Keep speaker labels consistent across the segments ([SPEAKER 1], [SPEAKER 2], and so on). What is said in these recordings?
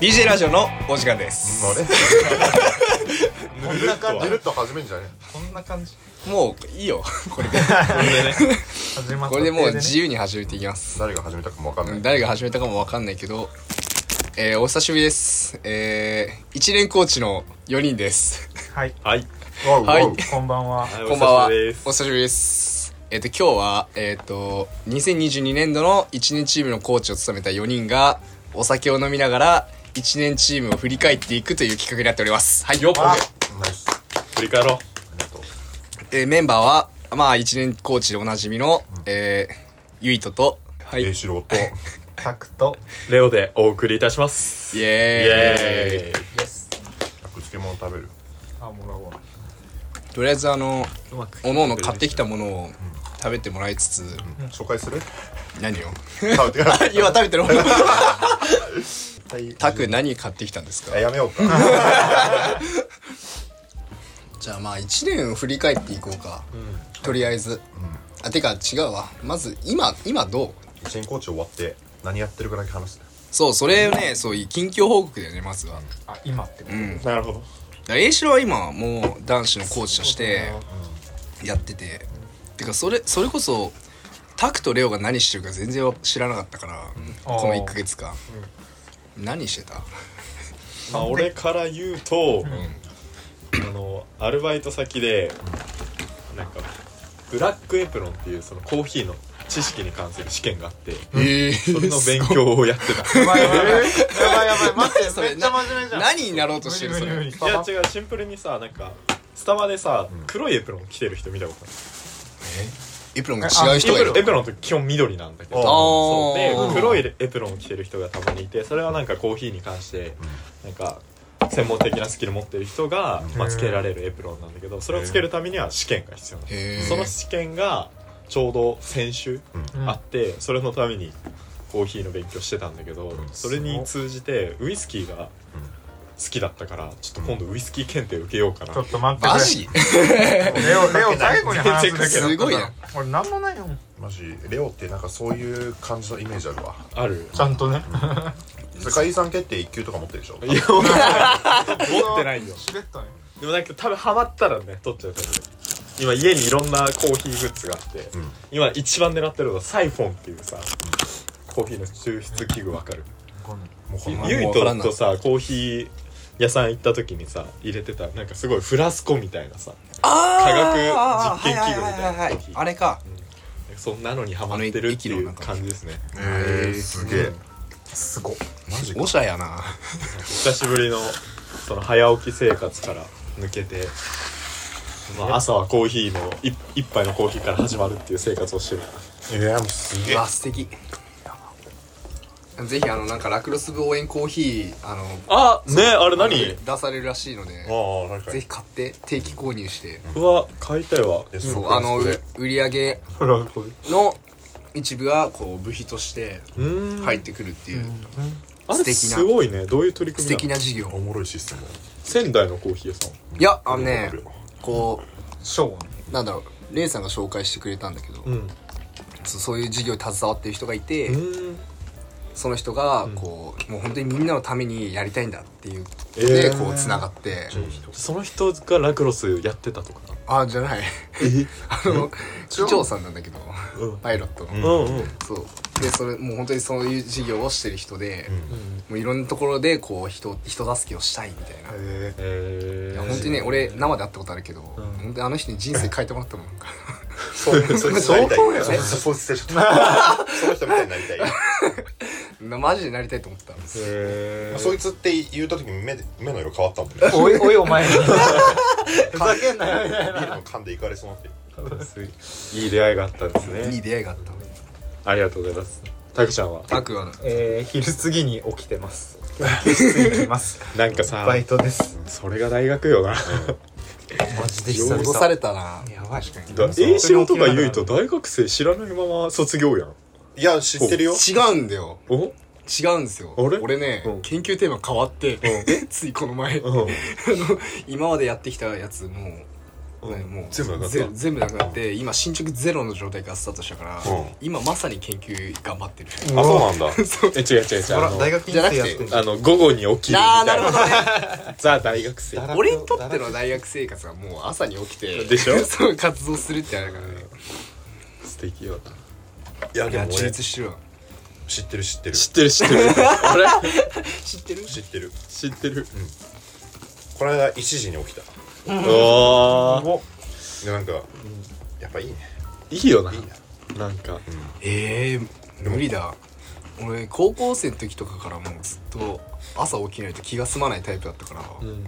[SPEAKER 1] DJ ラジオのお時間です
[SPEAKER 2] あれ
[SPEAKER 3] こんな感
[SPEAKER 2] ぬ
[SPEAKER 3] じ
[SPEAKER 2] るっと始めんじゃね
[SPEAKER 3] こんな感じ
[SPEAKER 1] もういいよこれで
[SPEAKER 3] これでね始まった
[SPEAKER 1] これでもう
[SPEAKER 3] ね
[SPEAKER 1] 自由に始めていきます
[SPEAKER 2] 誰が始めたかもわかんない
[SPEAKER 1] 誰が始めたかもわかんないけどえー、お久しぶりですえー、一連コーチの4人です
[SPEAKER 3] はい
[SPEAKER 4] はい。
[SPEAKER 2] わう
[SPEAKER 1] はい
[SPEAKER 2] わう
[SPEAKER 3] こんばんは
[SPEAKER 4] はい
[SPEAKER 1] こんばんは
[SPEAKER 4] お久しぶりで
[SPEAKER 1] お
[SPEAKER 4] す
[SPEAKER 1] 久しぶりですえっ、と今日はえっ、と2022年度の1年チームのコーチを務めた4人がお酒を飲みながら1年チームを振り返っていくという企画になっております はいよ
[SPEAKER 2] あナイスあ
[SPEAKER 4] 振り返ろう。
[SPEAKER 2] りがとう
[SPEAKER 1] えーメンバーは、まあ、一年コーチでおなじみの、えー、ゆいとと、はい、イ
[SPEAKER 2] 栄四郎と
[SPEAKER 3] タクト
[SPEAKER 4] レオでお送りいたします。
[SPEAKER 1] エーイ
[SPEAKER 4] イエ
[SPEAKER 3] イエス
[SPEAKER 2] 漬物食べる
[SPEAKER 3] あもらおう
[SPEAKER 1] とりあえず、あの、
[SPEAKER 4] ーイうまく
[SPEAKER 1] おのおの買ってきたものを食べてもらいつつ、
[SPEAKER 2] 紹介する
[SPEAKER 1] 何を
[SPEAKER 2] 食べてください
[SPEAKER 1] 今食べてるもの。
[SPEAKER 2] はい
[SPEAKER 1] たくん何買ってきたんです
[SPEAKER 2] あ
[SPEAKER 1] か
[SPEAKER 2] やめようか
[SPEAKER 1] じゃあまあ一年を振り返っていこうか。とりあえず。あ、てか違うわ。まず今、今どう
[SPEAKER 2] 一年コーチ終わって何やってるかだけ話す
[SPEAKER 1] そう、それをね、そういう近況報告だよね、まずは。
[SPEAKER 3] あ今ってこと
[SPEAKER 4] なるほど。
[SPEAKER 1] だから栄四郎は今もう男子のコーチとしてやってててかそれそれこそタクとレオが何してるか全然知らなかったから、この1ヶ月間、何してた
[SPEAKER 4] まあ俺から言うと、あのアルバイト先でなんかブラックエプロンっていうそのコーヒーの知識に関する試験があって、
[SPEAKER 1] ええ
[SPEAKER 4] それの勉強をやってた。
[SPEAKER 3] やばいやばいやばいやばい待
[SPEAKER 1] 何
[SPEAKER 3] って
[SPEAKER 1] それ
[SPEAKER 3] めっちゃ真面目じゃん
[SPEAKER 1] 何になろうとしてるそれ
[SPEAKER 4] いや違うシンプルにさなんかスタバでさ黒いエプロン着てる人見たことない。
[SPEAKER 1] エプロンが違う人がい
[SPEAKER 4] エプロンエ
[SPEAKER 1] る
[SPEAKER 4] プロンって基本緑なんだけど
[SPEAKER 2] あー
[SPEAKER 4] そうで
[SPEAKER 1] うん
[SPEAKER 4] 黒いエプロンを着てる人がたまにいてそれはなんかコーヒーに関してなんか専門的なスキル持ってる人が、まあ、つけられるエプロンなんだけどそれをつけるためには試験が必要なの
[SPEAKER 1] へー
[SPEAKER 4] その試験がちょうど先週あってそれのためにコーヒーの勉強してたんだけどそれに通じてウイスキーが好きだったからちょっと今度ウイスキー検定受けようかな
[SPEAKER 3] ちょっと待って
[SPEAKER 1] マジ
[SPEAKER 3] レオ レオ最後に話すだけ
[SPEAKER 1] すごいな
[SPEAKER 3] 俺なんもないよ
[SPEAKER 2] マジレオってなんかそういう感じのイメージあるわ
[SPEAKER 4] ある
[SPEAKER 3] ちゃんとね
[SPEAKER 2] 世界遺産決定1級とか持ってるでしょ
[SPEAKER 4] いや 持ってないよ
[SPEAKER 3] しれっとね
[SPEAKER 4] でもなんか多分ハマったらね取っちゃうと思う今家にいろんなコーヒーグッズがあって、
[SPEAKER 2] ん
[SPEAKER 4] 今一番狙ってるのはサイフォンっていうさ、コーヒーの抽出器具わかる、
[SPEAKER 2] もうこんな
[SPEAKER 1] もう
[SPEAKER 4] ゆい
[SPEAKER 1] わからん
[SPEAKER 4] と
[SPEAKER 1] な
[SPEAKER 4] とさコーヒー屋さん行った時にさ入れてたなんかすごいフラスコみたいなさ
[SPEAKER 1] あー
[SPEAKER 4] 科学実験器具みたいな
[SPEAKER 1] はははははあれか
[SPEAKER 4] そんなのにハマってるっていう感じですね
[SPEAKER 2] えーすげえ
[SPEAKER 3] すご
[SPEAKER 2] マジか
[SPEAKER 1] おしゃやな
[SPEAKER 4] 久しぶりのその早起き生活から抜けて、まあ、朝はコーヒーの一一杯のコーヒーから始まるっていう生活をして
[SPEAKER 2] い
[SPEAKER 4] る
[SPEAKER 2] やもうすげ
[SPEAKER 1] う
[SPEAKER 2] え
[SPEAKER 1] わ素敵ぜひあのなんかラクロス部応援コーヒーあの
[SPEAKER 4] あねあれ何
[SPEAKER 1] 出されるらしいので
[SPEAKER 2] ああなんか
[SPEAKER 1] ぜひ買って定期購入して、
[SPEAKER 4] うわ買いたいわ
[SPEAKER 2] えす
[SPEAKER 1] そ
[SPEAKER 2] ご
[SPEAKER 1] う
[SPEAKER 2] く
[SPEAKER 1] あの
[SPEAKER 2] それ
[SPEAKER 1] う売り上げ
[SPEAKER 3] フラコ
[SPEAKER 1] の一部がこう部費として
[SPEAKER 4] うん
[SPEAKER 1] 入ってくるっていう
[SPEAKER 4] あ
[SPEAKER 1] 素
[SPEAKER 4] れ
[SPEAKER 1] 敵な
[SPEAKER 4] すごいねどういう取り
[SPEAKER 1] 素
[SPEAKER 4] 組み
[SPEAKER 1] 敵
[SPEAKER 4] なの
[SPEAKER 1] な事業
[SPEAKER 2] おもろいシステムだ
[SPEAKER 4] 仙台のコーヒー屋さん
[SPEAKER 1] いやあのね
[SPEAKER 2] わかるよ
[SPEAKER 1] こ
[SPEAKER 3] ショーね
[SPEAKER 1] うなんだろうレイさんが紹介してくれたんだけど、
[SPEAKER 4] ん
[SPEAKER 1] そうそういう事業に携わってる人がいて、
[SPEAKER 4] うん
[SPEAKER 1] その人がこう、もう本当にみんなのためにやりたいんだっていうこと
[SPEAKER 4] え
[SPEAKER 1] で
[SPEAKER 4] ー
[SPEAKER 1] こうつながって、
[SPEAKER 4] その人がラクロスやってたとか
[SPEAKER 1] あじゃない あの機長さんなんだけど、
[SPEAKER 4] うん
[SPEAKER 1] パイロットの、
[SPEAKER 4] うんうん
[SPEAKER 1] そうでそれもう本当にそういう事業をしてる人で、もういろんなところでこう人人助けをしたいみたいな
[SPEAKER 2] え
[SPEAKER 4] え
[SPEAKER 1] いや本当にね俺生で会ったことあるけど、本当にあの人に人生変えてもらったもん
[SPEAKER 2] ーそうそれそうそうそうそうそうそうその人みたいになりたい
[SPEAKER 1] なマジでなりたいと思ったんです
[SPEAKER 4] え
[SPEAKER 2] そいつって言うときに目で目の色変わったもん ね。
[SPEAKER 3] おいおいお前ふざけんなよみたい
[SPEAKER 2] ビールの缶でいかれそうになってる。
[SPEAKER 4] いい出会いがあったんです
[SPEAKER 1] いい
[SPEAKER 4] ね
[SPEAKER 1] 出会いがあった
[SPEAKER 4] ありがとうございますたくちゃんは
[SPEAKER 1] タクは
[SPEAKER 3] えー、昼過ぎに起きてます休室に来ます
[SPEAKER 4] なんかさ
[SPEAKER 3] バイトです
[SPEAKER 4] それが大学よな
[SPEAKER 3] マジで
[SPEAKER 1] 戻されたな
[SPEAKER 3] やばい確かに
[SPEAKER 4] 栄翔とかゆいと大学生知らないまま卒業やん
[SPEAKER 2] いや、知ってるよ。
[SPEAKER 1] 違うんだよ
[SPEAKER 4] お
[SPEAKER 1] 違うんですよ
[SPEAKER 4] あれ
[SPEAKER 1] 俺ね、
[SPEAKER 4] うん
[SPEAKER 1] 研究テー マ変わって、ついこの前、あの今までやってきたやつもうねもう
[SPEAKER 4] 全部なくなった
[SPEAKER 1] ぜ全部なくなって今進捗ゼロの状態からスタートしたから、
[SPEAKER 4] うん
[SPEAKER 1] 今まさに研究頑張ってる
[SPEAKER 4] あそうなんだ
[SPEAKER 1] そう
[SPEAKER 4] え違う違う違うあの
[SPEAKER 3] 大学院生やってんじゃん
[SPEAKER 4] あの午後に起きるみ
[SPEAKER 1] あ
[SPEAKER 4] た
[SPEAKER 1] あ
[SPEAKER 4] い
[SPEAKER 1] なるほ
[SPEAKER 4] な
[SPEAKER 1] どね
[SPEAKER 4] ザ大学生
[SPEAKER 3] だら
[SPEAKER 1] 俺にとっての大学生活はもう朝に起きて
[SPEAKER 4] でし ょ
[SPEAKER 1] そう活動するってあれだからね
[SPEAKER 4] 素敵よ
[SPEAKER 2] いや
[SPEAKER 1] い
[SPEAKER 2] で
[SPEAKER 1] や
[SPEAKER 2] も
[SPEAKER 1] 自
[SPEAKER 2] 俺
[SPEAKER 1] 立してるわ
[SPEAKER 2] 知ってる知ってる
[SPEAKER 4] 知ってる知ってるあれ
[SPEAKER 1] 知ってる
[SPEAKER 2] 知ってる
[SPEAKER 4] 知ってる
[SPEAKER 2] この間1時に起きた
[SPEAKER 4] おー
[SPEAKER 2] でなんかやっぱいいね
[SPEAKER 4] いいよない
[SPEAKER 2] いな
[SPEAKER 4] なんか
[SPEAKER 1] ええ無理だ俺高校生の時とかからもうずっと朝起きないと気が済まないタイプだったから、
[SPEAKER 4] うん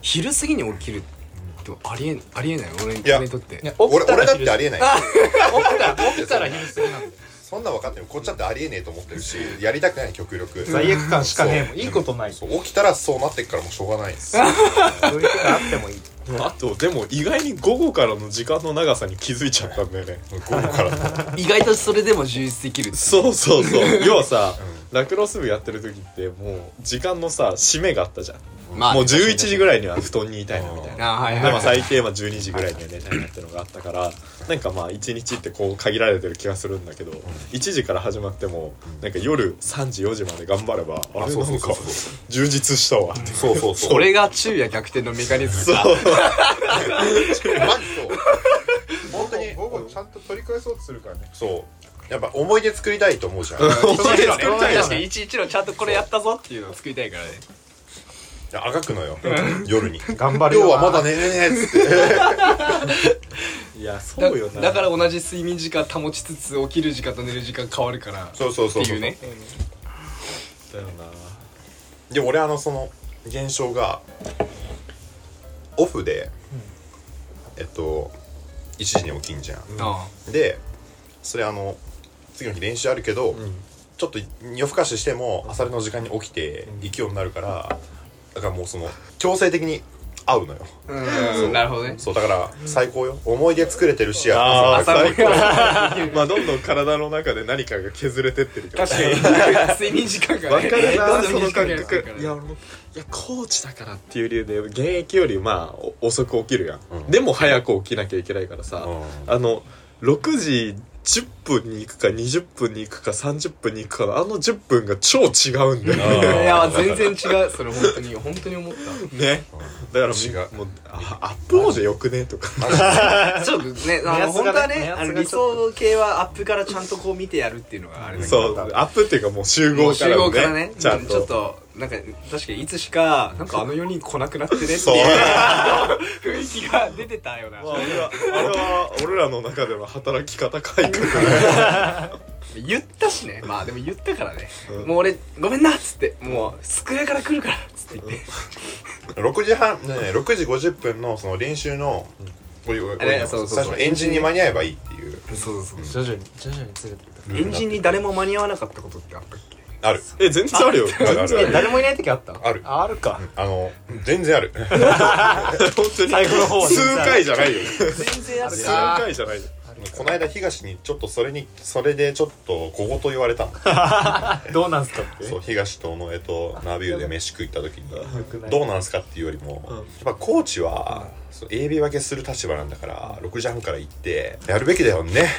[SPEAKER 1] 昼過ぎに起きるってありえんありえない俺に
[SPEAKER 2] いや
[SPEAKER 1] 俺にとって
[SPEAKER 3] いや
[SPEAKER 2] 俺
[SPEAKER 3] 起きた
[SPEAKER 2] 俺
[SPEAKER 3] ら
[SPEAKER 2] だっ
[SPEAKER 3] 昼
[SPEAKER 2] てありえない
[SPEAKER 3] 起きたら昼過ぎなんだよ
[SPEAKER 2] そんなん分かってるこっちだってありえねえと思ってるしやりたくない極力
[SPEAKER 3] 罪悪感しかねえもんいいことない
[SPEAKER 2] そう起きたらそうなってっからもうしょうがないです
[SPEAKER 3] そういうことがあってもいい
[SPEAKER 4] あとでも意外に午後からの時間の長さに気づいちゃったんだよね
[SPEAKER 2] 午後からの
[SPEAKER 1] 意外とそれでも充実できる
[SPEAKER 4] そうそうそう要はさ、ラクロス部やってる時ってもう時間のさ締めがあったじゃん、
[SPEAKER 1] まあ
[SPEAKER 4] もう11時ぐ
[SPEAKER 1] い
[SPEAKER 4] らいには布団にいたいなみたいな
[SPEAKER 1] あはい
[SPEAKER 4] で
[SPEAKER 1] はい、
[SPEAKER 4] まあ最低まあ12時ぐらいには寝たいなってのがあったからなんかまあ1日ってこう限られてる気がするんだけど1時から始まってもなんか夜3時4時まで頑張ればあれ
[SPEAKER 2] そう
[SPEAKER 4] な
[SPEAKER 2] そうんそう
[SPEAKER 4] か
[SPEAKER 2] そう
[SPEAKER 4] 充実したわって
[SPEAKER 2] そうそうそう
[SPEAKER 1] これが昼夜逆転のメカニズムか
[SPEAKER 2] マジそう本当に
[SPEAKER 5] 午後ちゃんと取り返そうとするからね
[SPEAKER 2] そうやっぱ思い出作りたいと思うじゃん
[SPEAKER 1] そう
[SPEAKER 2] い
[SPEAKER 1] いう
[SPEAKER 2] や
[SPEAKER 1] のね確かに一日のちゃんとこれやったぞっていうのを作りたいからね
[SPEAKER 2] あがくのよ夜 に今
[SPEAKER 3] 頑張
[SPEAKER 2] 日
[SPEAKER 3] るよ
[SPEAKER 2] はまだ寝れねえっつ って
[SPEAKER 4] いやそ
[SPEAKER 1] だ
[SPEAKER 4] うよな
[SPEAKER 1] だから同じ睡眠時間保ちつつ起きる時間と寝る時間変わるから
[SPEAKER 2] そうそうそう
[SPEAKER 1] ってい
[SPEAKER 2] そ
[SPEAKER 1] う
[SPEAKER 2] う
[SPEAKER 1] ね
[SPEAKER 4] だよな
[SPEAKER 2] で俺あのその現象がオフでえっと1時に起きんじゃん
[SPEAKER 1] あ
[SPEAKER 2] でそれあの次の日練習あるけど、ちょっと夜更かししても朝練の時間に起きて行くようになるからだからもうその強制的に会うのよ
[SPEAKER 1] あうんなるほどね
[SPEAKER 2] そうだから最高よ思い出作れてるし
[SPEAKER 4] あー
[SPEAKER 2] 朝から
[SPEAKER 4] まあどんどん体の中で何かが削れてってるから
[SPEAKER 1] 確かに睡眠時間が
[SPEAKER 4] わ
[SPEAKER 1] ね
[SPEAKER 4] かるな
[SPEAKER 1] ど
[SPEAKER 4] そ
[SPEAKER 1] んどん
[SPEAKER 4] の
[SPEAKER 1] 短く
[SPEAKER 4] 感
[SPEAKER 1] なる
[SPEAKER 4] 覚
[SPEAKER 1] からね
[SPEAKER 4] いや俺もいやコーチだからっていう理由で現役よりまあお遅く起きるやん、
[SPEAKER 2] うん
[SPEAKER 4] でも早く起きなきゃいけないからさ、
[SPEAKER 2] う
[SPEAKER 4] あの6時10分に行くか20分に行くか30分に行くかのあの10分が超違うんだよ、
[SPEAKER 1] いや全然違うそれ本当に本当に思っ
[SPEAKER 4] ねだからみ
[SPEAKER 2] 違う
[SPEAKER 4] もうあアップ王者よくねとか
[SPEAKER 1] たちょっとねあの
[SPEAKER 3] 目安
[SPEAKER 1] 本当
[SPEAKER 3] がね
[SPEAKER 1] は
[SPEAKER 3] 目
[SPEAKER 1] ね
[SPEAKER 3] 安が
[SPEAKER 1] あの
[SPEAKER 3] ちょっと
[SPEAKER 1] 理想系はアップからちゃんとこう見てやるっていうのがあれだけど
[SPEAKER 4] そうアップっていうかもう集
[SPEAKER 1] もう
[SPEAKER 4] 合か
[SPEAKER 1] 集
[SPEAKER 4] ら
[SPEAKER 1] 合
[SPEAKER 4] の
[SPEAKER 1] から
[SPEAKER 4] ね
[SPEAKER 1] ね
[SPEAKER 4] ちゃん
[SPEAKER 1] ちょっ
[SPEAKER 4] と
[SPEAKER 1] となんか確かにいつしかなんかあの4人来なくなってねっていう
[SPEAKER 4] そう
[SPEAKER 1] 雰囲気が出てたよな
[SPEAKER 4] まああれはあれは俺らの中での働き方改革
[SPEAKER 1] 言ったしねまあでも言ったからね、
[SPEAKER 4] うん
[SPEAKER 1] もう俺ごめんなっつってもう机から来るからっつって言って、
[SPEAKER 2] 6時半ね6時50分のその練習のおいおいおい
[SPEAKER 1] あれそうそうそう
[SPEAKER 2] 最初のエンジンに間に合えばいいっていう
[SPEAKER 1] そうそうそ
[SPEAKER 3] 徐々に徐々に連れて
[SPEAKER 1] うエンジンに誰も間に合わなかったことってあったっけ
[SPEAKER 2] ある
[SPEAKER 4] え全然あるよ
[SPEAKER 2] あるあ
[SPEAKER 3] え
[SPEAKER 2] る
[SPEAKER 3] 誰もいない時あった
[SPEAKER 2] ある
[SPEAKER 3] ある か
[SPEAKER 2] あの全然ある
[SPEAKER 4] 本当に
[SPEAKER 3] 最後の方
[SPEAKER 4] 数回じゃないよ
[SPEAKER 1] 全然ある
[SPEAKER 4] 数
[SPEAKER 1] か
[SPEAKER 4] 回じゃないよ
[SPEAKER 2] この間東にちょっとそれにそれでちょっと小言言われたの
[SPEAKER 3] どうなんすかって
[SPEAKER 2] そう東と尾上とナビューで飯食い行った時
[SPEAKER 3] く
[SPEAKER 2] に
[SPEAKER 3] ない
[SPEAKER 2] どうなんすかっていうよりもやっぱコーチはそう AB 分けする立場なんだから6時半から行ってやるべきだよね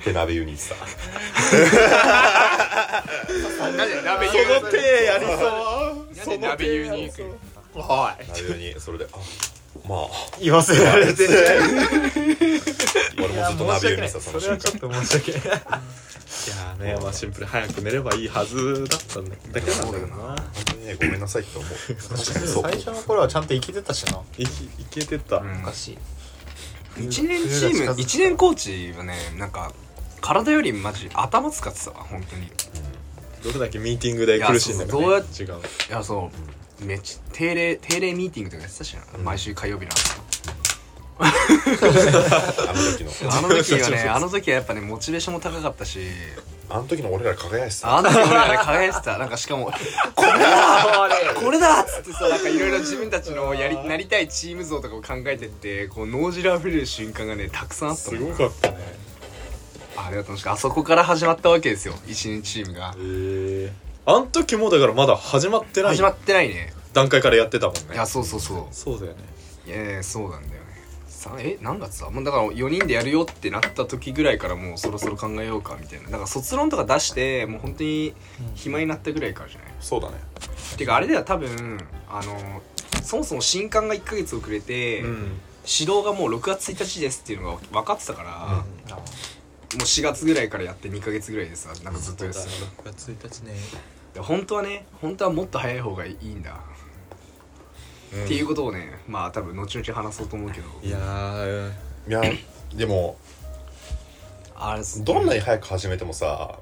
[SPEAKER 2] ってナビューに言ってた
[SPEAKER 1] 鍋
[SPEAKER 4] その手やりそ
[SPEAKER 1] なんで
[SPEAKER 4] う
[SPEAKER 1] 鍋湯に行く
[SPEAKER 2] ナビューにそれであまあ
[SPEAKER 3] 言わせられて
[SPEAKER 2] 俺もずっとナビューにさそ
[SPEAKER 3] そ
[SPEAKER 2] の
[SPEAKER 3] れは
[SPEAKER 2] 瞬
[SPEAKER 3] ちょ
[SPEAKER 2] 間
[SPEAKER 3] っと申し訳ない
[SPEAKER 4] いやーねまあシンプルに早く寝ればいいはずだったんだだけなんだけどな
[SPEAKER 2] 本当にねごめんなさいって思う確かにそう
[SPEAKER 3] 最初の頃はちゃんと生きてたしない
[SPEAKER 4] いけてた、
[SPEAKER 3] おかしい
[SPEAKER 1] 1年チーム1年コーチはねなんか体よりマジ頭使ってたわ本当にい
[SPEAKER 4] どれだけミーティングで苦しんだか、
[SPEAKER 1] い
[SPEAKER 4] ね、
[SPEAKER 1] やそう
[SPEAKER 4] 違う
[SPEAKER 1] やそうめっちゃ定例定例ミーティングとかやってたしな、毎週火曜日の 朝
[SPEAKER 2] あの時の
[SPEAKER 1] あの時はねあの時はやっぱねモチベーションも高かったし
[SPEAKER 2] あの時の俺ら輝いてた
[SPEAKER 1] あの時俺らね輝いてたなんかしかもこれだっつってさなんかいろいろ自分たちのやりなりたいチーム像とかを考えてってこう脳汁あふれる瞬間がねたくさんあった
[SPEAKER 4] す
[SPEAKER 1] もん
[SPEAKER 4] ごかったね
[SPEAKER 1] あれは楽しかったあそこから始まったわけですよ一年チームが
[SPEAKER 4] えー、あの時もだからまだ始まってない
[SPEAKER 1] 始まってないね
[SPEAKER 4] 段階からやってたもん
[SPEAKER 1] い
[SPEAKER 4] ね
[SPEAKER 1] やそうそうそ
[SPEAKER 4] そうだよね
[SPEAKER 1] ういやそうなんだよねさんえ何月だもうだから4人でやるよってなった時ぐらいからもうそろそろ考えようかみたいなだから卒論とか出してもう本当に暇になったぐらいからじゃない
[SPEAKER 2] そうだね
[SPEAKER 1] てかあれでは多分あのそもそも新刊が1ヶ月遅れて、指導がもう6月1日ですっていうのが分かってたから、もう4月ぐらいからやって2ヶ月ぐらいでさなんかずっとやってたか
[SPEAKER 6] 6月1日ね
[SPEAKER 1] ら本当はね本当はもっと早い方がいいんだ、っていうことをねまあ多分後々話そうと思うけど
[SPEAKER 4] いやー
[SPEAKER 2] いやでも
[SPEAKER 1] あれ
[SPEAKER 2] どんなに早く始めてもさ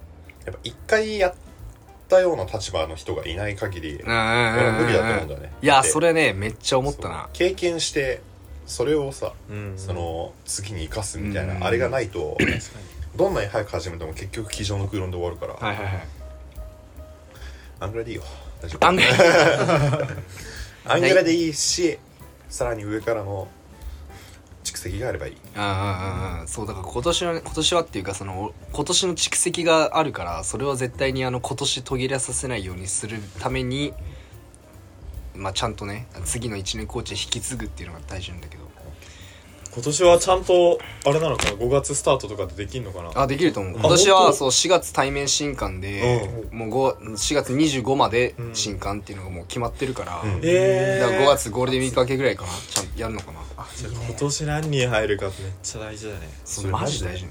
[SPEAKER 2] やっぱ一回やったような立場の人がいない限り
[SPEAKER 1] うんうんうんうん
[SPEAKER 2] 無理だと思うんだよね
[SPEAKER 1] いや
[SPEAKER 2] で
[SPEAKER 1] それねめっちゃ思ったな
[SPEAKER 2] 経験してそれをさ、
[SPEAKER 4] うん
[SPEAKER 2] その次に生かすみたいな、
[SPEAKER 1] うん
[SPEAKER 2] あれがないとどんなに早く始めても結局机上の空論で終わるから、
[SPEAKER 1] はいはいはい
[SPEAKER 2] あんぐらいでいいよ大丈夫
[SPEAKER 1] あんぐらい
[SPEAKER 2] あんぐらいでいいしさらに上からの蓄積があればいい
[SPEAKER 1] ああそうだから今年は今年はっていうかその今年の蓄積があるからそれは絶対にあの今年途切れさせないようにするためにまあちゃんとね次の一年コーチ引き継ぐっていうのが大事なんだけど
[SPEAKER 4] 今年はちゃんとあれなのかな5月スタートとかでできんのかな
[SPEAKER 1] あできると思う今
[SPEAKER 4] 本
[SPEAKER 1] 年
[SPEAKER 4] 当
[SPEAKER 1] はそう4月対面新刊でもう5 4月25まで
[SPEAKER 4] うん
[SPEAKER 1] 新刊っていうのがもう決まってるから、
[SPEAKER 2] うん
[SPEAKER 4] え
[SPEAKER 1] だから5月ゴールデンウィーク明けぐらいかなちゃんとやるのかな
[SPEAKER 4] 今年何人入るかめっちゃ大事だね
[SPEAKER 1] それマジ大事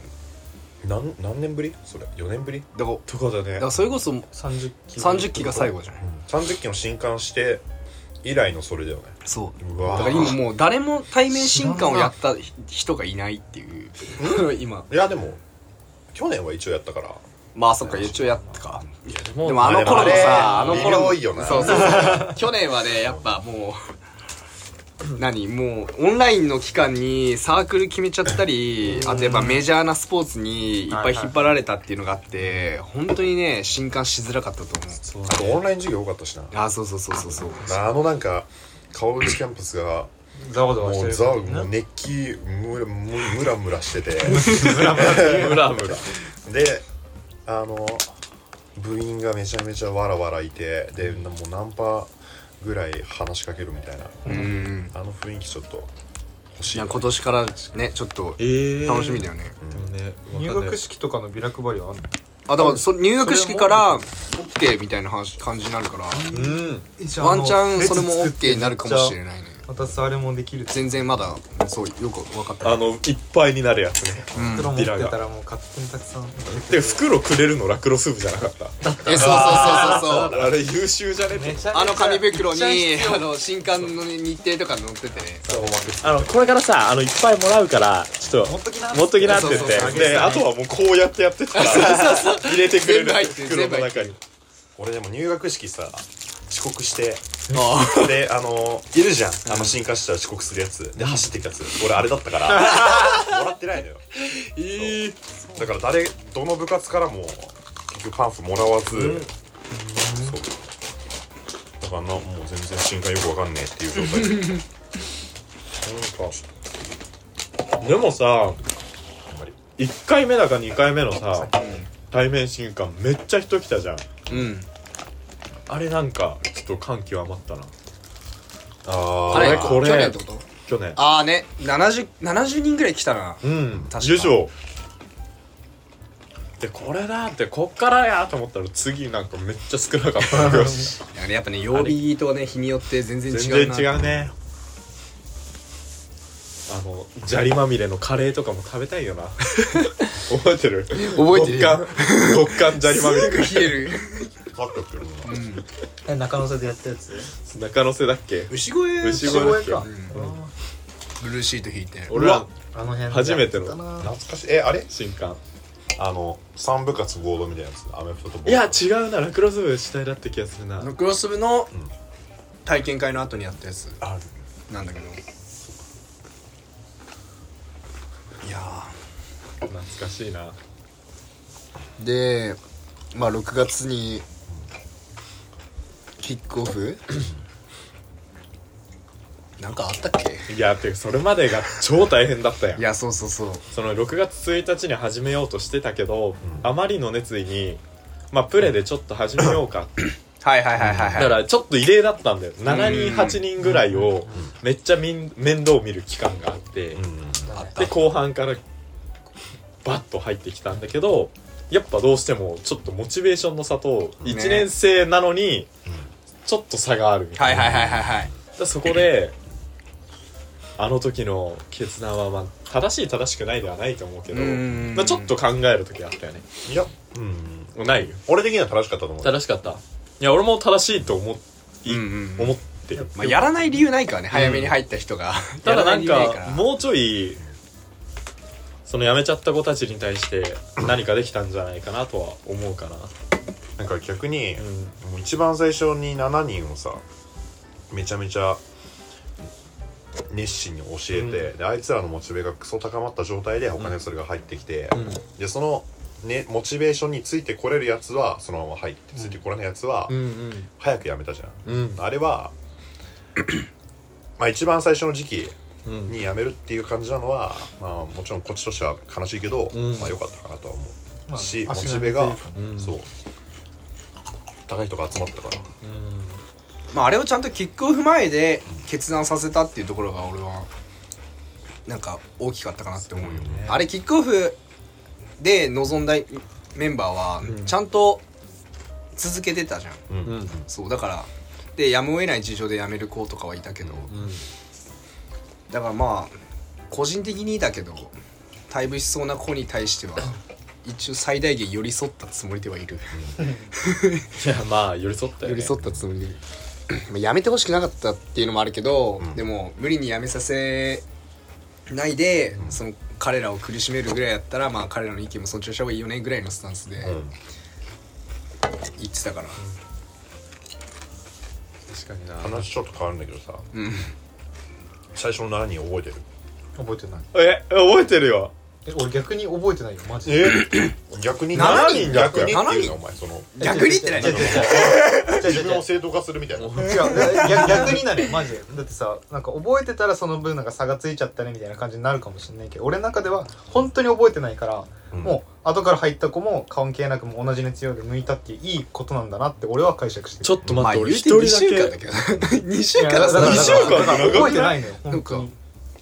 [SPEAKER 2] なん何年ぶりそれ4年ぶり
[SPEAKER 1] だから
[SPEAKER 4] とかだね
[SPEAKER 1] だからそれこそ
[SPEAKER 3] 30期
[SPEAKER 1] 30期が最後じゃない
[SPEAKER 2] 30期の新刊して以来のそれだよね
[SPEAKER 1] そう
[SPEAKER 2] う
[SPEAKER 1] だ
[SPEAKER 2] わ
[SPEAKER 1] から今もう誰も対面新刊をやった人がいないっていう 今
[SPEAKER 2] いやでも去年は一応やったから
[SPEAKER 1] まあそっか一応やったか
[SPEAKER 6] いやで
[SPEAKER 1] で
[SPEAKER 6] も
[SPEAKER 1] もあの頃のさあ
[SPEAKER 2] でも
[SPEAKER 1] の
[SPEAKER 2] あれ
[SPEAKER 1] 頃の
[SPEAKER 2] 微妙よな
[SPEAKER 1] そうそうそう去年はねやっぱもう何もうオンラインの期間にサークル決めちゃったりあとやっぱメジャーなスポーツにいっぱい引っ張られたっていうのがあって本当にね新刊しづらかったと思う
[SPEAKER 4] そう
[SPEAKER 2] あとオンライン授業多かったしな
[SPEAKER 1] あそうそうそうそうそう
[SPEAKER 2] あのなんか川口キャンパスが
[SPEAKER 3] ざわざ
[SPEAKER 2] も
[SPEAKER 3] わして
[SPEAKER 2] う
[SPEAKER 3] る
[SPEAKER 2] ザもう熱気ムラムムラムラし てて
[SPEAKER 4] ムラムラ
[SPEAKER 2] であの部員がめちゃめちゃわらわらいてでもうナンパぐらい話しかけるみたいな
[SPEAKER 1] うん
[SPEAKER 2] あの雰囲気ちょっと欲し
[SPEAKER 1] い
[SPEAKER 2] い
[SPEAKER 1] や今年からねちょっと
[SPEAKER 4] ええ
[SPEAKER 1] 楽しみだよね、
[SPEAKER 4] でもね
[SPEAKER 3] 入
[SPEAKER 4] わかんな
[SPEAKER 3] 学
[SPEAKER 4] い
[SPEAKER 3] 式とかのビラ配りはあんの
[SPEAKER 1] あだからそ入学式から OK みたいな話感じになるから
[SPEAKER 4] うん
[SPEAKER 1] ワンチャンそれも OK になるかもしれ
[SPEAKER 3] い
[SPEAKER 1] ないね
[SPEAKER 3] 私あれもできるって
[SPEAKER 1] 全然まだそうよく分かってない
[SPEAKER 4] あのいっぱいになるやつね
[SPEAKER 1] うん
[SPEAKER 3] 袋持っ
[SPEAKER 4] ビ
[SPEAKER 3] て
[SPEAKER 4] ラが
[SPEAKER 3] たらもう勝手にたくさん
[SPEAKER 4] で袋くれるのラクロス部じゃなかった
[SPEAKER 1] えそうそうそうそうそう
[SPEAKER 4] あれ優秀じゃね
[SPEAKER 3] めちゃ
[SPEAKER 1] あの紙袋に
[SPEAKER 3] めっちゃ必要
[SPEAKER 1] あの新刊の日程とか載っててね
[SPEAKER 6] あのこれからさあのいっぱいもらうからちょっと
[SPEAKER 3] 持っときな
[SPEAKER 6] 持っときなって言っ
[SPEAKER 1] そうそうそう
[SPEAKER 6] てで
[SPEAKER 4] であとはもうこうやってやってったら入れてくれ
[SPEAKER 1] 全
[SPEAKER 4] る
[SPEAKER 1] 部入ってる
[SPEAKER 4] 袋の中に
[SPEAKER 2] 俺でも入学式さ遅刻して
[SPEAKER 1] あ
[SPEAKER 2] であのいるじゃんあの進化したら遅刻するやつで走っていくやつ俺あれだったからもらってないのよ
[SPEAKER 4] ええ
[SPEAKER 2] だから誰どの部活からも結局パンフもらわず、そうだからなもう全然進化よくわかんねえっていう状 態で
[SPEAKER 4] でもさ1回目だか2回目のさ対面新刊めっちゃ人来たじゃん
[SPEAKER 1] うん
[SPEAKER 4] あれなんかちょっと感極まったな
[SPEAKER 2] あ
[SPEAKER 1] あれ
[SPEAKER 4] これ
[SPEAKER 1] 去年ってこと
[SPEAKER 4] 去年
[SPEAKER 1] ああね 70, 70人ぐらい来たな
[SPEAKER 4] うん
[SPEAKER 1] 確か
[SPEAKER 4] 優勝でこれだってこっからやと思ったら次なんかめっちゃ少なかったのよ
[SPEAKER 1] いやねやっぱね曜日とね日によって全然違う
[SPEAKER 4] 全
[SPEAKER 1] な
[SPEAKER 4] 然違うねあの砂利まみれのカレーとかも食べた いよな覚えてる
[SPEAKER 1] 覚えてるよ
[SPEAKER 4] 極寒極寒砂利まみれ
[SPEAKER 1] すぐ冷える
[SPEAKER 2] あったってるな、
[SPEAKER 3] え中野さんでやったやつ
[SPEAKER 4] 中野瀬だっけ
[SPEAKER 1] 牛越
[SPEAKER 4] 牛越だっけ
[SPEAKER 3] か
[SPEAKER 1] ブルーシート引いて
[SPEAKER 4] 俺ら
[SPEAKER 3] あの辺で
[SPEAKER 4] 初めての
[SPEAKER 3] やったな
[SPEAKER 2] 懐かしいえあれ
[SPEAKER 4] 新刊
[SPEAKER 2] あの三部活合同みたいなやつアメフトとボ
[SPEAKER 4] いや違うなラクロス部主体だって気がするな
[SPEAKER 1] あのクロス部の体験会の後にやったやつ
[SPEAKER 2] ある
[SPEAKER 1] なんだけどいや
[SPEAKER 4] 懐かしいな
[SPEAKER 1] ーでまあ6月にキックオフ なんかあったっけ
[SPEAKER 4] いやてかそれまでが超大変だったやん
[SPEAKER 1] いやそうそうそう
[SPEAKER 4] その6月1日に始めようとしてたけど、あまりの熱意に、まあ、プレでちょっと始めようか
[SPEAKER 1] はいはいはいはい
[SPEAKER 4] だか
[SPEAKER 1] はい
[SPEAKER 4] らちょっと異例だったんだよ7人8人ぐらいをめっちゃみん面倒見る期間があってで後半からバッと入ってきたんだけどやっぱどうしてもちょっとモチベーションの差と
[SPEAKER 1] ね
[SPEAKER 4] 1年生なのにちょっと差があるみた
[SPEAKER 1] はいい
[SPEAKER 4] な、
[SPEAKER 1] はいはいはいはい
[SPEAKER 4] だそこであの時の決断はまあ正しい正しくないではないと思うけど、
[SPEAKER 1] うん
[SPEAKER 4] まあ、ちょっと考える時あったよね
[SPEAKER 2] いやうん
[SPEAKER 4] もうないよ
[SPEAKER 2] 俺的には正しかったと思う
[SPEAKER 4] 正しかったいや俺も正しいと思い、
[SPEAKER 1] うんうんうん
[SPEAKER 4] 思ってる
[SPEAKER 1] まあやらない理由ないからね早めに入った人が
[SPEAKER 4] ただ
[SPEAKER 1] やら
[SPEAKER 4] ないん
[SPEAKER 1] 理由い
[SPEAKER 4] かもうちょいその辞めちゃった子たちに 対して何かできたんじゃないかなとは思うかな
[SPEAKER 2] なんか逆に、
[SPEAKER 4] ん
[SPEAKER 2] もう一番最初に7人をさめちゃめちゃ熱心に教えて、であいつらのモチベがクソ高まった状態で他のそれが入ってきて、でその、ね、モチベーションについてこれるやつはそのまま入ってついてこれないやつは、
[SPEAKER 4] ん
[SPEAKER 2] 早くやめたじゃん、
[SPEAKER 4] うん
[SPEAKER 2] あれはまあ一番最初の時期
[SPEAKER 4] うん
[SPEAKER 2] に辞めるっていう感じなのは、まあ、もちろんこっちとしては悲しいけど、
[SPEAKER 4] うん
[SPEAKER 2] まあ良かったかなとは思う、
[SPEAKER 5] まあ
[SPEAKER 2] しモ
[SPEAKER 5] 足
[SPEAKER 2] チ
[SPEAKER 5] 並
[SPEAKER 2] ベ
[SPEAKER 5] みというか
[SPEAKER 2] が、
[SPEAKER 5] ね
[SPEAKER 4] うん
[SPEAKER 2] そう高い人が集まったから
[SPEAKER 1] まああれをちゃんとキックオフ前で決断させたっていうところが俺はなんか大きかったかなって思うよ、あれキックオフで臨んだメンバーはちゃんと続けてたじゃん、
[SPEAKER 2] うん
[SPEAKER 4] うん
[SPEAKER 1] そうだからでやむを得ない事情で辞める子とかはいたけど、
[SPEAKER 4] うん
[SPEAKER 1] だからまあ個人的にだけど退部しそうな子に対しては一応最大限寄り添ったつもりではいる、
[SPEAKER 4] いやまあ寄り添ったよ、ね、
[SPEAKER 1] 寄り添ったつもりでいる まあやめてほしくなかったっていうのもあるけど、
[SPEAKER 2] うん
[SPEAKER 1] でも無理にやめさせないで、その彼らを苦しめるぐらいやったらまあ彼らの意見も尊重した方がいいよねぐらいのスタンスで
[SPEAKER 2] うん
[SPEAKER 1] 言ってたから、
[SPEAKER 4] 確かにな
[SPEAKER 2] 話ちょっと変わるんだけどさ
[SPEAKER 1] うん
[SPEAKER 2] 最初の7人覚えてる
[SPEAKER 5] 覚えてない
[SPEAKER 4] え覚えてるよ
[SPEAKER 5] え俺逆に覚えてないよマジで
[SPEAKER 4] え
[SPEAKER 2] 逆に
[SPEAKER 1] 7
[SPEAKER 2] 人
[SPEAKER 1] 人
[SPEAKER 2] 逆にって
[SPEAKER 1] 7
[SPEAKER 2] いう
[SPEAKER 1] 人
[SPEAKER 2] のはお前その
[SPEAKER 1] 逆にってない
[SPEAKER 5] 違う違う違
[SPEAKER 2] 自分を正当化するみたいな
[SPEAKER 5] う違う違う逆逆になるよマジでだってさなんか覚えてたらその分なんか差がついちゃったねみたいな感じになるかもしれないけど俺の中では本当に覚えてないから、
[SPEAKER 2] うん
[SPEAKER 5] もう後から入った子も関係なくもう同じ熱量で抜いたっていういいことなんだなって俺は解釈してる
[SPEAKER 4] ちょっと
[SPEAKER 1] まあ
[SPEAKER 4] 待って
[SPEAKER 1] 言う
[SPEAKER 4] 俺
[SPEAKER 1] て
[SPEAKER 4] 一人
[SPEAKER 1] 2週間
[SPEAKER 4] だ
[SPEAKER 1] だ
[SPEAKER 4] け
[SPEAKER 1] けど2週間だ
[SPEAKER 5] いやだから
[SPEAKER 4] 二週
[SPEAKER 5] だ
[SPEAKER 4] 間
[SPEAKER 5] から
[SPEAKER 4] 長くない
[SPEAKER 5] 覚えてないのよ本当
[SPEAKER 1] なん
[SPEAKER 5] に
[SPEAKER 1] か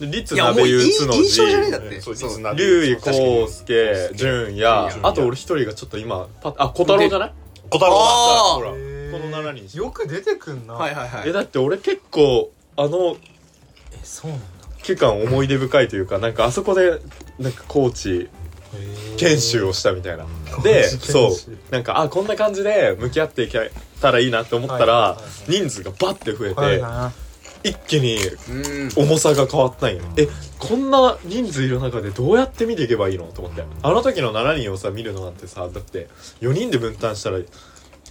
[SPEAKER 4] 律
[SPEAKER 1] いやも
[SPEAKER 4] 鍋
[SPEAKER 1] う
[SPEAKER 4] ゆうつの
[SPEAKER 1] 印象じゃないだっ
[SPEAKER 2] う
[SPEAKER 1] て
[SPEAKER 2] んそう
[SPEAKER 1] そう
[SPEAKER 2] リツナ
[SPEAKER 4] 龍井康介純也
[SPEAKER 2] 純也
[SPEAKER 4] あと俺一人がちょっと今パッあ小太郎じゃない
[SPEAKER 2] 小太郎
[SPEAKER 1] あー
[SPEAKER 4] ほらこ
[SPEAKER 5] へー
[SPEAKER 4] の7人
[SPEAKER 5] よく出てくんな、
[SPEAKER 1] はいはいはい
[SPEAKER 4] えだって俺結構あの
[SPEAKER 5] えそうなんだ
[SPEAKER 4] 期間思い出深いというかなんかあそこでなんかコーチ研修をしたみたいなで
[SPEAKER 5] コーチ研修
[SPEAKER 4] そうなんかあこんな感じで向き合っていけたらいいなって思った
[SPEAKER 5] はい
[SPEAKER 4] ら
[SPEAKER 5] はいはい
[SPEAKER 4] 人数がバッて増
[SPEAKER 5] 怖い
[SPEAKER 4] え
[SPEAKER 5] な
[SPEAKER 4] て一気に
[SPEAKER 1] うん
[SPEAKER 4] 重さが変わったんよえこんな人数いる中でどうやって見ていけばいいのと思ってあの時の7人をさ見るのなんてさだって4人で分担したら1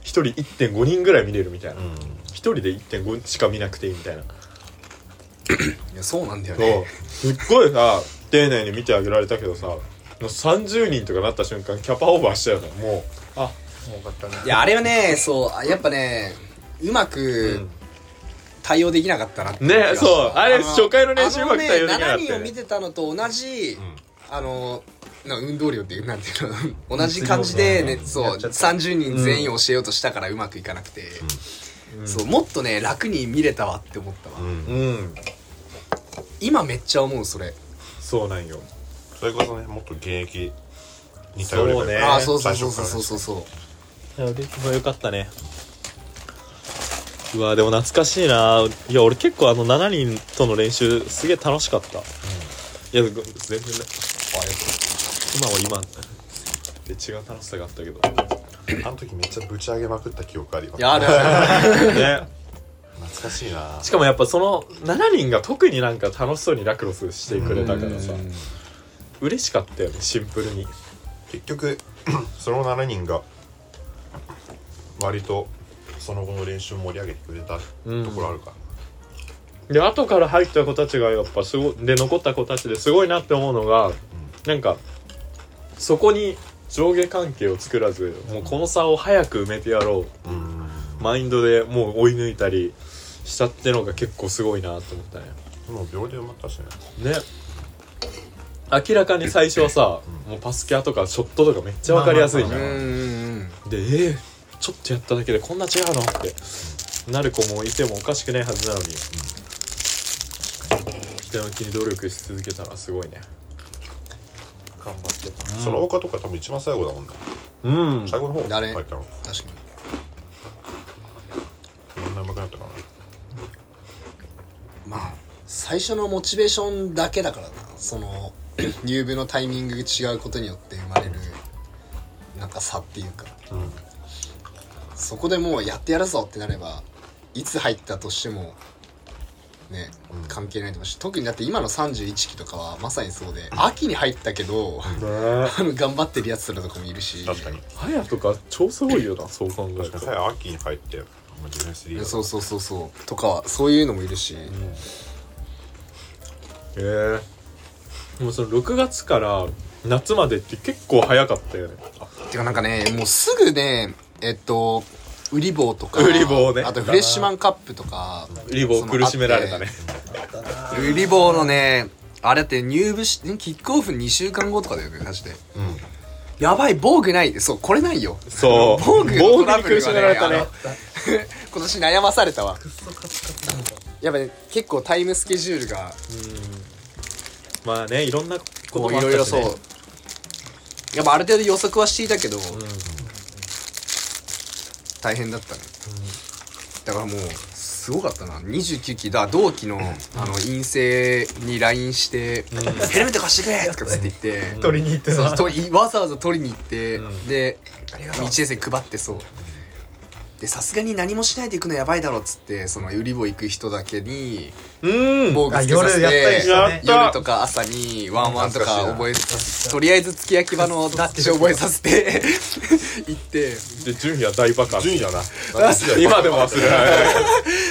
[SPEAKER 4] 人1.5人ぐらい見れるみたいな1人で1.5しか見なくていいみたいない
[SPEAKER 1] やそうなんだよね
[SPEAKER 4] そうすっごいさ丁寧に見てあげられたけどさもう30人とかなった瞬間キャパオーバーしたよねもうあ
[SPEAKER 5] もうかったね
[SPEAKER 1] いやあれはねそうあやっぱねうまく対応できなかったなって
[SPEAKER 4] ねそうあれ
[SPEAKER 1] の
[SPEAKER 4] 初回の練習うまく対応できなか
[SPEAKER 1] あ
[SPEAKER 4] った
[SPEAKER 1] のね7
[SPEAKER 4] よね
[SPEAKER 1] 人を見てたのと同じ、あのな運動量っていうなんていうの同じ感じで、ね、そ
[SPEAKER 5] や
[SPEAKER 1] う
[SPEAKER 5] っちゃった
[SPEAKER 1] 30人全員教えようとしたからうまくいかなくて、そうもっとね楽に見れたわって思ったわ、
[SPEAKER 2] うん
[SPEAKER 4] うん
[SPEAKER 1] 今めっちゃ思うそれ
[SPEAKER 4] そうなんよ
[SPEAKER 2] それこそねもっと現役に頼ればよかった
[SPEAKER 4] えー
[SPEAKER 1] ああそうそう
[SPEAKER 2] 最
[SPEAKER 1] そう
[SPEAKER 2] 初
[SPEAKER 1] そう
[SPEAKER 2] から
[SPEAKER 1] そうそうそう
[SPEAKER 4] いやでもよかったねうわでも懐かしいないや俺結構あの7人との練習すげえ楽しかった、いやご全然ね今は今で違う楽しさがあったけど
[SPEAKER 2] あの時めっちゃぶち上げまくった記憶あります
[SPEAKER 1] いやあるある
[SPEAKER 4] ね
[SPEAKER 2] 懐かしいな
[SPEAKER 4] しかもやっぱその7人が特になんか楽しそうにラクロスしてくれたからさ嬉しかったよねシンプルに
[SPEAKER 2] 結局 その7人が割とその後の練習を盛り上げてくれたところあるから、
[SPEAKER 4] で後から入った子たちがやっぱすごいで残った子たちですごいなって思うのが、なんかそこに上下関係を作らずもうこの差を早く埋めてやろう、マインドでもう追い抜いたりしたってのが結構すごいなって思ったね
[SPEAKER 2] もう秒で埋まったしね
[SPEAKER 4] ね明らかに最初はさ、もうパスキャとかショットとかめっちゃ分かりやすいじゃん、
[SPEAKER 1] うんうんうん
[SPEAKER 4] でえーちょっとやっただけでこんな違うのってなる子もいてもおかしくないはずなのに、人の気に努力し続けたのはすごいね
[SPEAKER 3] 頑張ってた
[SPEAKER 2] 空岡とか多分一番最後だもんね
[SPEAKER 4] うん
[SPEAKER 2] 最後の方
[SPEAKER 1] 誰
[SPEAKER 2] 入ったの
[SPEAKER 1] 確かに
[SPEAKER 2] みんな上手くなったかな
[SPEAKER 1] まあ最初のモチベーションだけだからなその 入部のタイミングが違うことによって生まれるなんか差っていうか、そこでもうやってやるぞってなればいつ入ったとしてもね関係ないと思うし特にだって今の31期とかはまさにそうで秋に入ったけど あの頑張ってるやつらとかもいるし
[SPEAKER 2] 確かに
[SPEAKER 4] 隼人が超すごいよなそう考え
[SPEAKER 2] 確
[SPEAKER 4] る
[SPEAKER 2] か
[SPEAKER 4] と
[SPEAKER 2] に最後秋に入ってまあディフェンスリーダー
[SPEAKER 1] そうそうそうそうとかはそういうのもいるし、
[SPEAKER 4] へえでもその6月から夏までって結構早かったよね
[SPEAKER 1] てかなんかねもうすぐねえっとウリボーとか
[SPEAKER 4] ウリボーね
[SPEAKER 1] あとフレッシュマンカップとか
[SPEAKER 4] ウリボー苦しめられたね
[SPEAKER 1] そのあってウリボーのねあれだって入部しキックオフ2週間後とかだよねマジで、やばい防具ないそうこれないよ
[SPEAKER 4] そう
[SPEAKER 1] 防具のト
[SPEAKER 4] 防
[SPEAKER 1] ラ
[SPEAKER 4] に
[SPEAKER 1] ブル
[SPEAKER 4] 苦し
[SPEAKER 1] が
[SPEAKER 4] められ
[SPEAKER 1] ね
[SPEAKER 4] た
[SPEAKER 1] あ
[SPEAKER 4] ね
[SPEAKER 1] の 今年悩まされたわやっぱね結構タイムスケジュールが
[SPEAKER 4] まあねいろんなこ
[SPEAKER 1] ことう
[SPEAKER 4] もあ
[SPEAKER 1] い
[SPEAKER 4] ったしね
[SPEAKER 1] ろいろそうやっぱある程度予測はしていたけど、大変だったね、だからもうすごかったな29期だ同期の,、あの陰性に LINE して「ヘルメット貸してくれ!」とかつって言って、
[SPEAKER 3] 取りに行って
[SPEAKER 1] そう
[SPEAKER 3] な
[SPEAKER 1] といわざわざ取りに行って、で1年生配ってそうでさすがに何もしないで行くのやばいだろっつってその売り棒行く人だけに
[SPEAKER 4] うん
[SPEAKER 1] 防具つけさせ
[SPEAKER 3] あ夜やったり
[SPEAKER 1] て
[SPEAKER 3] し
[SPEAKER 4] やった
[SPEAKER 1] 夜とか朝にワンワンとか覚えさせとりあえず付き焼き場のダッチ覚えさせて 行って
[SPEAKER 4] で順位は大爆発
[SPEAKER 2] 順位だな
[SPEAKER 4] 今でも忘れない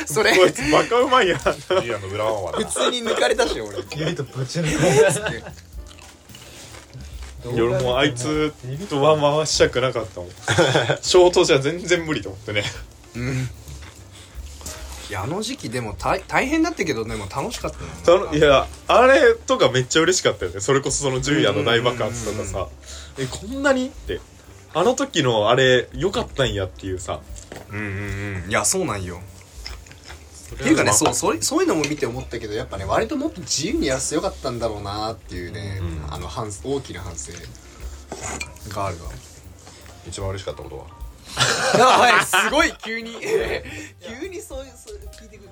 [SPEAKER 1] それ
[SPEAKER 4] こいつバカうま いやん
[SPEAKER 2] ジュリアの裏側はな
[SPEAKER 1] 普通に抜かれたし俺
[SPEAKER 3] ゆりとぶち抜かれて
[SPEAKER 4] 夜もあいつとは回したくなかったもん ショートじゃ全然無理と思ってね
[SPEAKER 1] いやあの時期でも大大変だったけどでも楽しかったな
[SPEAKER 4] そのいやあれとかめっちゃ嬉しかったよねそれこそそのジュリアの大爆発とかさえこんなにってあの時のあれ良かったんやっていうさ
[SPEAKER 1] うんうんうんいやそうなんよっていうかねそうそういそういうのも見て思ったけどやっぱね割ともっと自由にやらせてよかったんだろうなっていうね、あの反大きな反省があ るわ
[SPEAKER 2] 一番嬉しかったことは
[SPEAKER 1] やばいすごい急に急にそういうそう聞いてくる